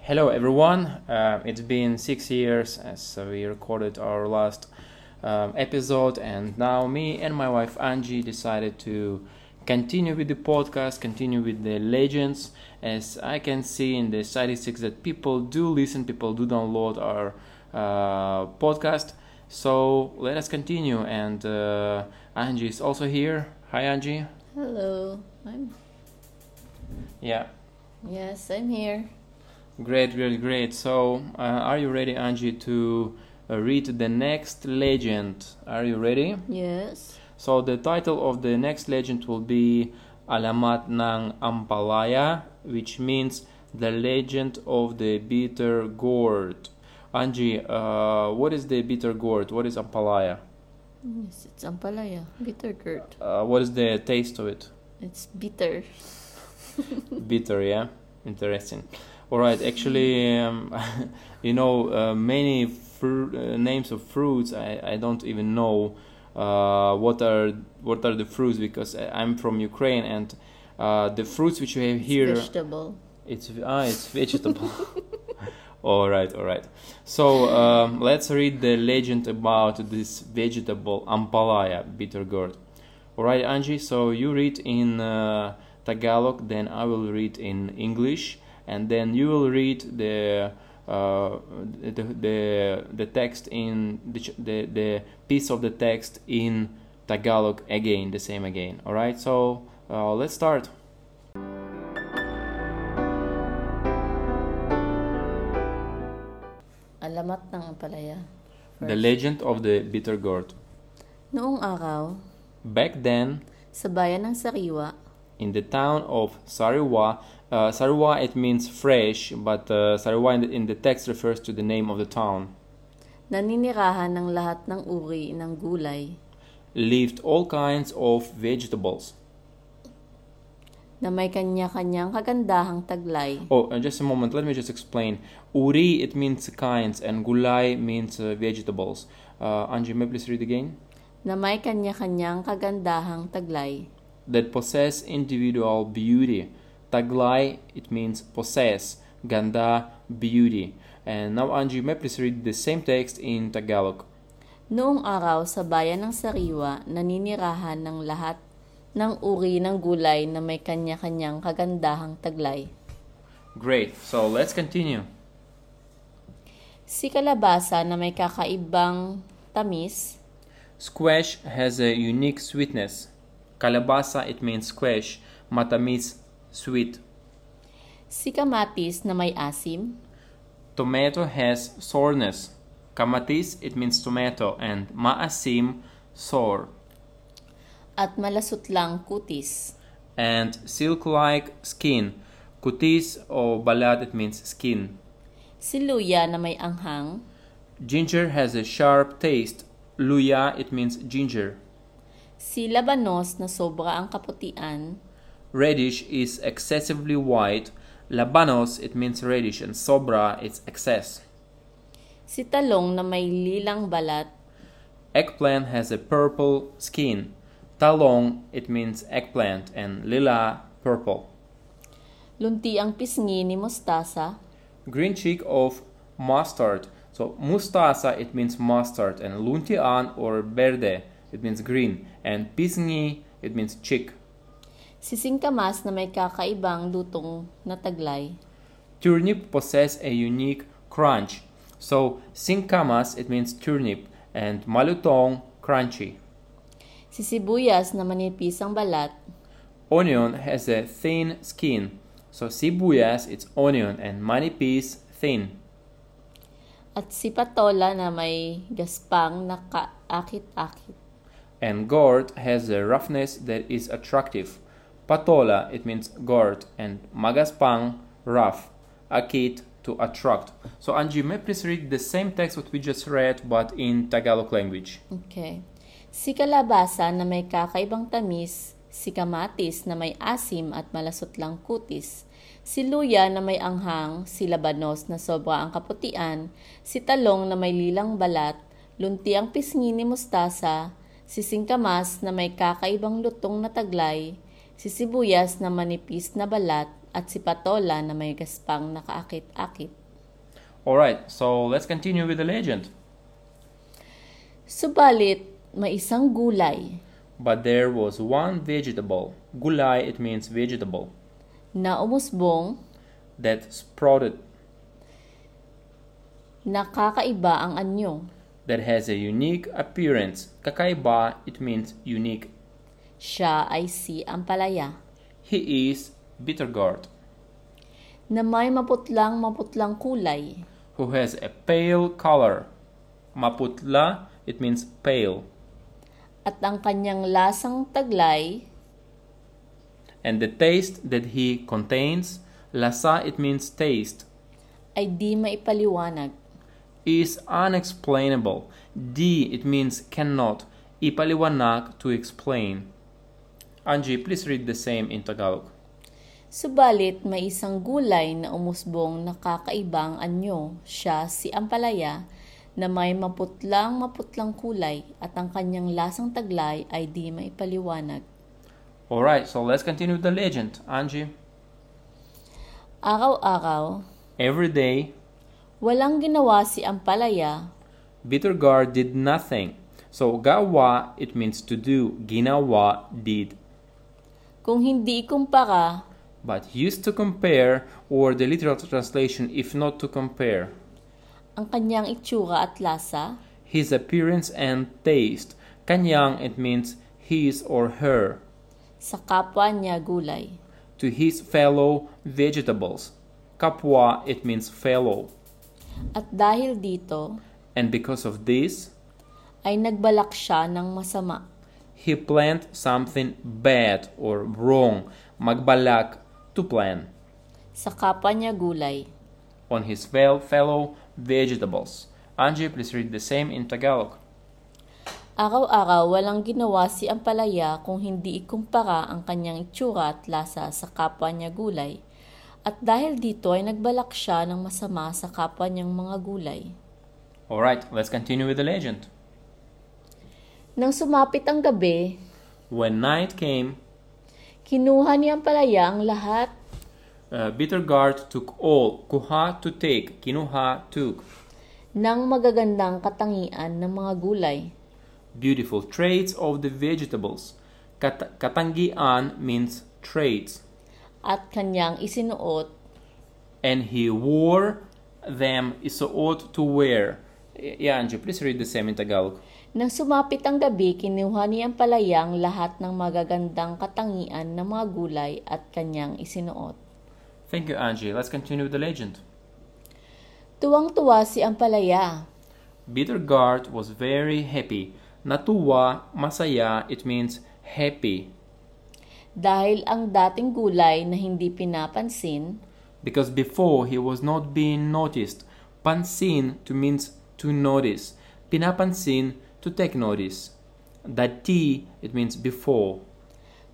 Hello everyone. Uh, it's been six years as we recorded our last um, episode, and now me and my wife Angie decided to continue with the podcast, continue with the legends. As I can see in the statistics that people do listen, people do download our uh, podcast. So let us continue. And uh, Angie is also here. Hi Angie. Hello, I'm Yeah, yes, I'm here. Great, really great. So, uh, are you ready, Angie, to uh, read the next legend? Are you ready? Yes. So, the title of the next legend will be Alamat ng Ampalaya, which means the legend of the bitter gourd. Angie, uh, what is the bitter gourd? What is Ampalaya? Yes, it's ampalaya, bitter gourd. Uh, what is the taste of it? It's bitter. bitter yeah interesting all right actually um, you know uh, many fru- uh, names of fruits I, I don't even know uh, what are what are the fruits because I- i'm from ukraine and uh, the fruits which we have here It's vegetable. it's ah, it's vegetable. all right, all right. So um, let's read the legend about this vegetable ampalaya bitter gourd. All right, Angie. So you read in uh, Tagalog, then I will read in English, and then you will read the uh, the, the the text in the, ch- the the piece of the text in Tagalog again, the same again. All right. So uh, let's start. Alamat ng ampalaya. The legend of the bitter gourd. Noong araw, Back then, sa bayan ng Sariwa, in the town of Sariwa, uh, Sariwa it means fresh, but uh, Sariwa in the, in the text refers to the name of the town. naninirahan ng lahat ng uri ng gulay Lived all kinds of vegetables. na may kanya-kanyang kagandahang taglay. Oh, uh, just a moment. Let me just explain. Uri it means kinds, and gulai means uh, vegetables. Uh, Angie, may I please read again. Na may kanya-kanyang kagandahang taglay. That possess individual beauty. Taglai it means possess. Ganda beauty. And now Angie, may I please read the same text in Tagalog. Noong araw sa bayan ng Sariwa, naninirahan ng lahat ng uri ng gulay na may kanya-kanyang kagandahang taglay. Great. So let's continue. Si kalabasa na may kakaibang tamis, Squash has a unique sweetness. Kalabasa, it means squash. Matamis, sweet. si kamatis na may asim, Tomato has soreness. Kamatis, it means tomato. And maasim, sour. at malasutlang kutis. And silk like skin. Kutis or balat, it means skin. Si luya na may anghang, Ginger has a sharp taste. Luya, it means ginger. si labanos na sobra ang kaputian, Radish is excessively white. Labanos, it means radish. And sobra, it's excess. si talong na may lilang balat, Eggplant has a purple skin. Talong, it means eggplant, and lila, purple. lunti ang pisngi ni mustasa, Green cheek of mustard. So, mustasa, it means mustard, and luntian or verde, it means green, and pisngi, it means cheek. si singkamas na may kakaibang lutong na taglay, Turnip possess a unique crunch. So, singkamas, it means turnip, and malutong, crunchy. si sibuyas na manipis ang balat, Onion has a thin skin. So, sibuyas, it's onion, and manipis, thin. at si patola na may gaspang na kaakit-akit. and gourd has a roughness that is attractive. Patola, it means gourd, and magaspang, rough. Akit, to attract. So, Angie, may I please read the same text what we just read, but in Tagalog language. Okay. Si kalabasa na may kakaibang tamis, si kamatis na may asim at malasutlang kutis, si luya na may anghang, si labanos na sobra ang kaputian, si talong na may lilang balat, lunti ang pisngi ni mustasa, si singkamas na may kakaibang lutong na taglay, si sibuyas na manipis na balat, at si patola na may gaspang nakaakit-akit. All right, so let's continue with the legend. Subalit, may isang gulay But there was one vegetable, gulai it means vegetable, na umusbong that sprouted, na kakaiba ang anyo. that has a unique appearance. Kakaiba it means unique. Siya ay si Ampalaya, He is bittergourd, na may maputlang-maputlang kulay, who has a pale color. Maputla it means pale, at ang kanyang lasang taglay and the taste that he contains, lasa it means taste, ay di maipaliwanag. is unexplainable. D it means cannot. Ipaliwanag to explain. Angie, please read the same in Tagalog. Subalit may isang gulay na umusbong na kakaibang anyo. Siya si Ampalaya na may maputlang-maputlang kulay at ang kanyang lasang taglay ay di maipaliwanag. All right, so let's continue the legend, Angie. Araw-araw, Every day, walang ginawa si Ampalaya Bittergar did nothing. So gawa it means to do, ginawa did, kung hindi ikumpara but used to compare or the literal translation if not to compare. ang kanyang itsura at lasa His appearance and taste. Kanyang it means his or her. sa kapwa niya gulay. To his fellow vegetables. Kapwa it means fellow. At dahil dito, And because of this, ay nagbalak siya ng masama. he planned something bad or wrong. Magbalak to plan. Sa kapwa niya gulay, on his fel- fellow vegetables. Angie, please read the same in Tagalog. araw-araw walang ginawa si Ampalaya kung hindi ikumpara ang kanyang itsura at lasa sa kapwa niya gulay. At dahil dito ay nagbalak siya ng masama sa kapwa niyang mga gulay. Alright, let's continue with the legend. Nang sumapit ang gabi, When night came, kinuha ni Ampalaya ang lahat uh, Bittergard took all, Kuha to take, Kinuha took, ng magagandang katangian ng mga gulay. beautiful traits of the vegetables. Kat- katangian means traits. At kanyang isinuot And he wore them, isuot to wear. Yeah, Angie, please read the same in Tagalog. Nang sumapit ang gabi, kinuha ni Ampalaya ang lahat ng magagandang katangian ng mga gulay at kanyang isinuot. Thank you, Angie. Let's continue with the legend. Tuwang-tuwa si Ampalaya Bittergard was very happy. Natuwa, masaya, it means happy. dahil ang dating gulay na hindi pinapansin Because before he was not being noticed. Pansin to means to notice. Pinapansin to take notice. Dati, it means before.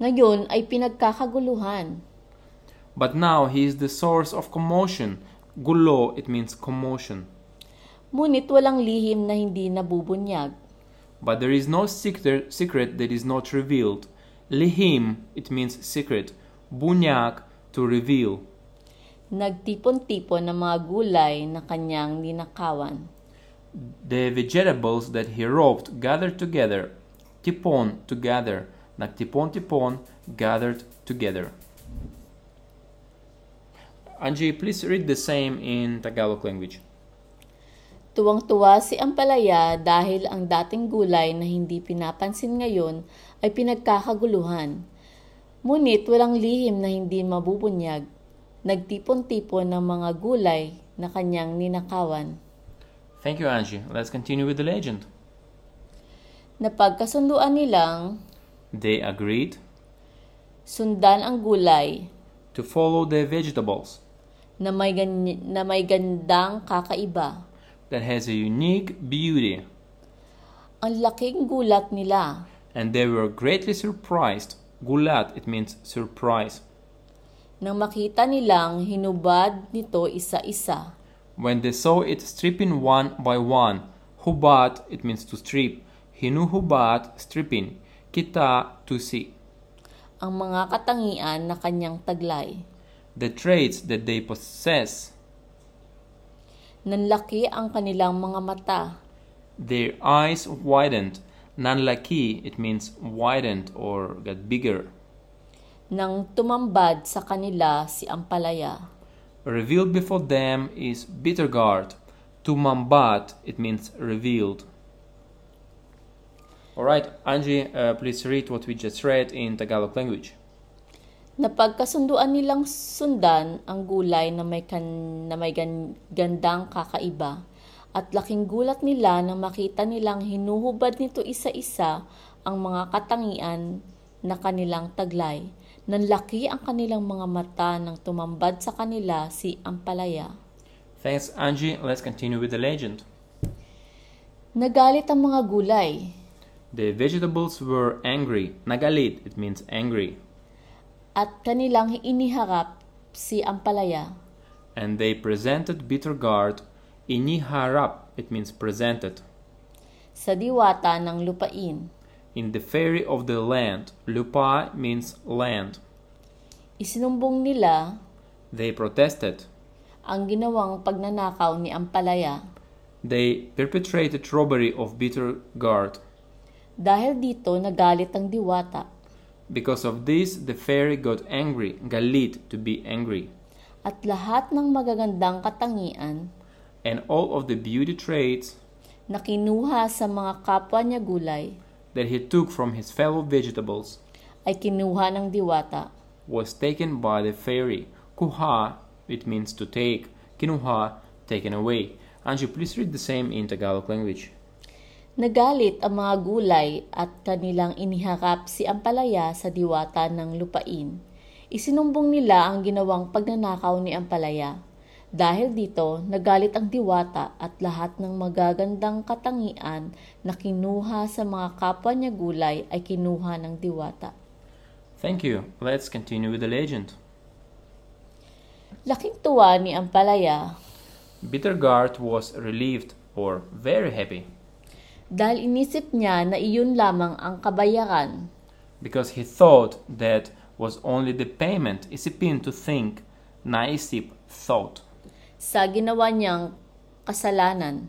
ngayon ay pinagkakaguluhan But now he is the source of commotion. Gulo, it means commotion. ngunit walang lihim na hindi nabubunyag But there is no secret, secret that is not revealed. Lihim, it means secret. Bunyak, to reveal. nagtipon-tipon ng mga gulay na kanyang ninakawan The vegetables that he robbed gathered together. Tipon together. Nagtipon tipon gathered together. Angie, please read the same in Tagalog language. Tuwang-tuwa si Ampalaya dahil ang dating gulay na hindi pinapansin ngayon ay pinagkakaguluhan. Ngunit walang lihim na hindi mabubunyag. Nagtipon-tipon ng mga gulay na kanyang ninakawan. Thank you, Angie. Let's continue with the legend. Napagkasunduan nilang They agreed sundan ang gulay to follow the vegetables na may, gan- na may gandang kakaiba. that has a unique beauty, Ang laking gulat nila and they were greatly surprised. Gulat, it means surprise. nang makita nilang hinubad nito isa-isa. When they saw it stripping one by one, hubat it means to strip, hinu hubat stripping, kita to see. ang mga katangian na kanyang taglay. the traits that they possess, Nanlaki ang kanilang mga mata. their eyes widened. Nanlaki, it means widened or got bigger. Nang tumambad sa kanila si Ampalaya. Revealed before them is Bittergard. Tumambat, it means revealed. Alright, Angie, uh, please read what we just read in Tagalog language. Napagkasunduan nilang sundan ang gulay na may, kan, na may gan, gandang kakaiba. At laking gulat nila nang makita nilang hinuhubad nito isa-isa ang mga katangian na kanilang taglay. Nanlaki ang kanilang mga mata nang tumambad sa kanila si Ampalaya. Thanks, Angie. Let's continue with the legend. Nagalit ang mga gulay. The vegetables were angry. Nagalit, it means angry. at kanilang iniharap si Ampalaya. And they presented Bittergard iniharap, it means presented, Sa diwata ng lupain, in the fairy of the land. Lupa means land. isinumbong nila They protested. ang ginawang pagnanakaw ni Ampalaya. They perpetrated robbery of Bittergard. Dahil dito nagalit ang diwata Because of this, the fairy got angry, galit, to be angry. at lahat ng magagandang katangian And all of the beauty traits na kinuha sa mga kapwa niya gulay that he took from his fellow vegetables ay kinuha ng diwata. was taken by the fairy. Kuha, it means to take. Kinuha, taken away. Angie, please read the same in Tagalog language. Nagalit ang mga gulay at kanilang iniharap si Ampalaya sa diwata ng lupain. Isinumbong nila ang ginawang pagnanakaw ni Ampalaya. Dahil dito, nagalit ang diwata at lahat ng magagandang katangian na kinuha sa mga kapwa niya gulay ay kinuha ng diwata. Thank you. Let's continue with the legend. Laking tuwa ni Ampalaya Bittergard was relieved or very happy dahil inisip niya na iyon lamang ang kabayaran because he thought that was only the payment. Isipin to think. Naisip thought. sa ginawa niyang kasalanan.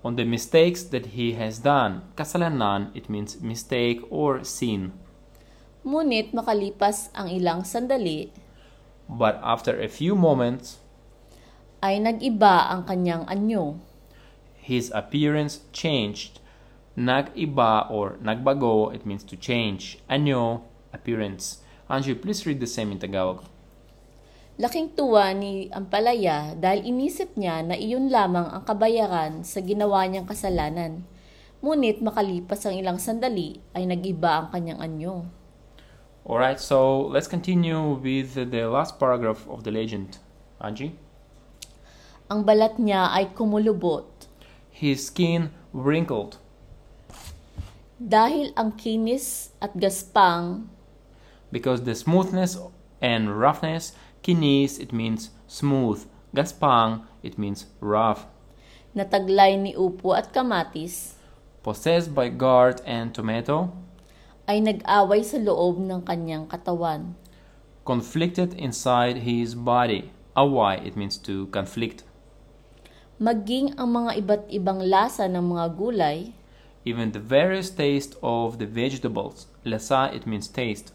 On the mistakes that he has done. Kasalanan, it means mistake or sin. Ngunit makalipas ang ilang sandali, But after a few moments, ay nag-iba ang kanyang anyo. His appearance changed. Nag-iba or nagbago, it means to change. Anyo, appearance. Angie, please read the same in Tagalog. Laking tuwa ni Ampalaya dahil inisip niya na iyon lamang ang kabayaran sa ginawa niyang kasalanan. Ngunit makalipas ang ilang sandali, ay nag-iba ang kanyang anyo. Alright, so let's continue with the last paragraph of the legend. Angie? Ang balat niya ay kumulubot His skin wrinkled dahil ang kinis at gaspang because the smoothness and roughness, kinis, it means smooth. Gaspang, it means rough. na taglay ni upo at kamatis Possessed by guard and tomato, ay nag-away sa loob ng kanyang katawan. conflicted inside his body. Away, it means to conflict. Maging ang mga iba't ibang lasa ng mga gulay Even the various taste of the vegetables. Lasa, it means taste.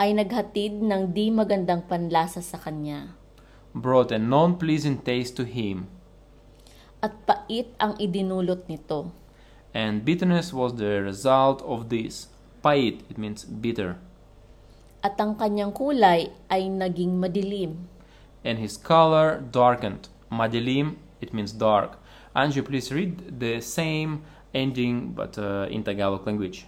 ay naghatid ng di magandang panlasa sa kanya. Brought a non-pleasing taste to him. At pait ang idinulot nito. And bitterness was the result of this. Pait, it means bitter. At ang kanyang kulay ay naging madilim. And his color darkened. Madilim, it means dark. Angie, please read the same ending but uh, in Tagalog language.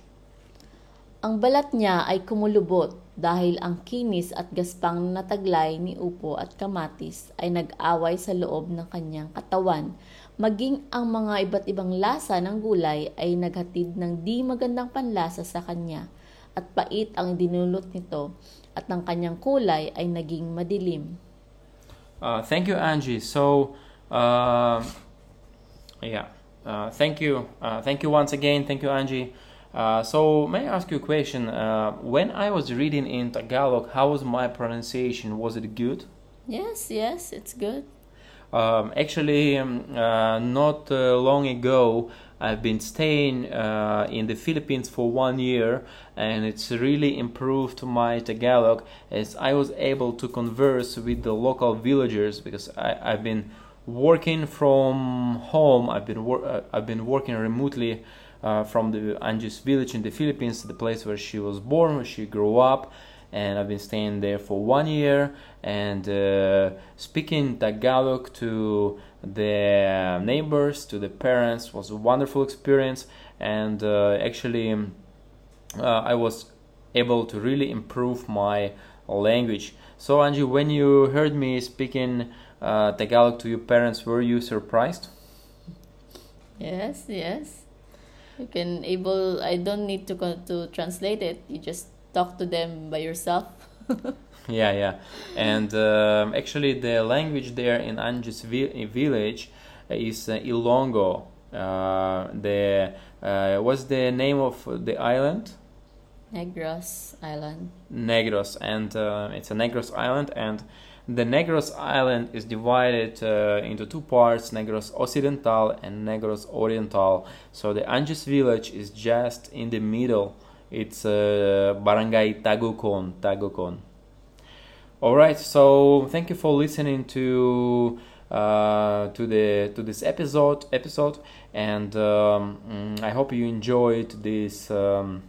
Ang balat niya ay kumulubot dahil ang kinis at gaspang na taglay ni upo at kamatis ay nag-away sa loob ng kanyang katawan. Maging ang mga iba't ibang lasa ng gulay ay naghatid ng di magandang panlasa sa kanya at pait ang dinulot nito at ang kanyang kulay ay naging madilim. Uh, thank you, Angie. So, uh, yeah, uh, thank you, uh, thank you once again. Thank you, Angie. Uh, so may I ask you a question? Uh, when I was reading in Tagalog, how was my pronunciation? Was it good? Yes, yes, it's good. Um, actually, um, uh, not uh, long ago, I've been staying uh, in the Philippines for one year, and it's really improved my Tagalog as I was able to converse with the local villagers because I, I've been working from home. I've been wor- uh, I've been working remotely. Uh, from the Anjus village in the Philippines, the place where she was born, where she grew up, and I've been staying there for one year and uh, speaking Tagalog to the neighbors, to the parents was a wonderful experience, and uh, actually um, uh, I was able to really improve my language. So Angie, when you heard me speaking uh, Tagalog to your parents, were you surprised? Yes, yes. You can able. I don't need to con- to translate it. You just talk to them by yourself. Yeah, yeah. And um, actually, the language there in Anjus vi- village is uh, Ilongo. Uh, the uh, what's the name of the island? Negros Island. Negros, and uh, it's a Negros island. And the Negros island is divided uh, into two parts: Negros Occidental and Negros Oriental. So the Anjus village is just in the middle. It's uh, Barangay Tagukon, Tagukon. All right, so thank you for listening to uh, to the to this episode episode, and um, mm, I hope you enjoyed this. Um,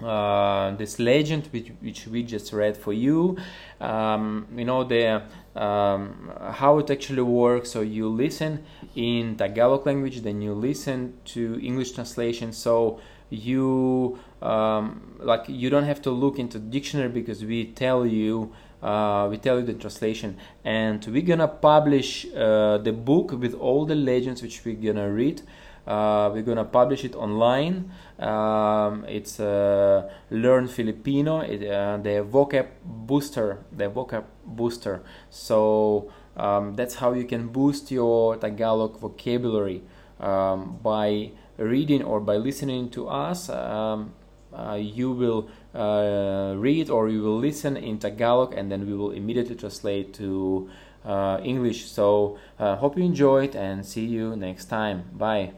uh, this legend which, which we just read for you um, you know the um, how it actually works so you listen in tagalog language then you listen to english translation so you um, like you don't have to look into dictionary because we tell you uh, we tell you the translation and we're gonna publish uh, the book with all the legends which we're gonna read uh, we're gonna publish it online. Um, it's uh, Learn Filipino, it, uh, the vocab booster, the vocab booster. So um, that's how you can boost your Tagalog vocabulary um, by reading or by listening to us. Um, uh, you will uh, read or you will listen in Tagalog, and then we will immediately translate to uh, English. So uh, hope you enjoyed, and see you next time. Bye.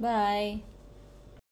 Bye.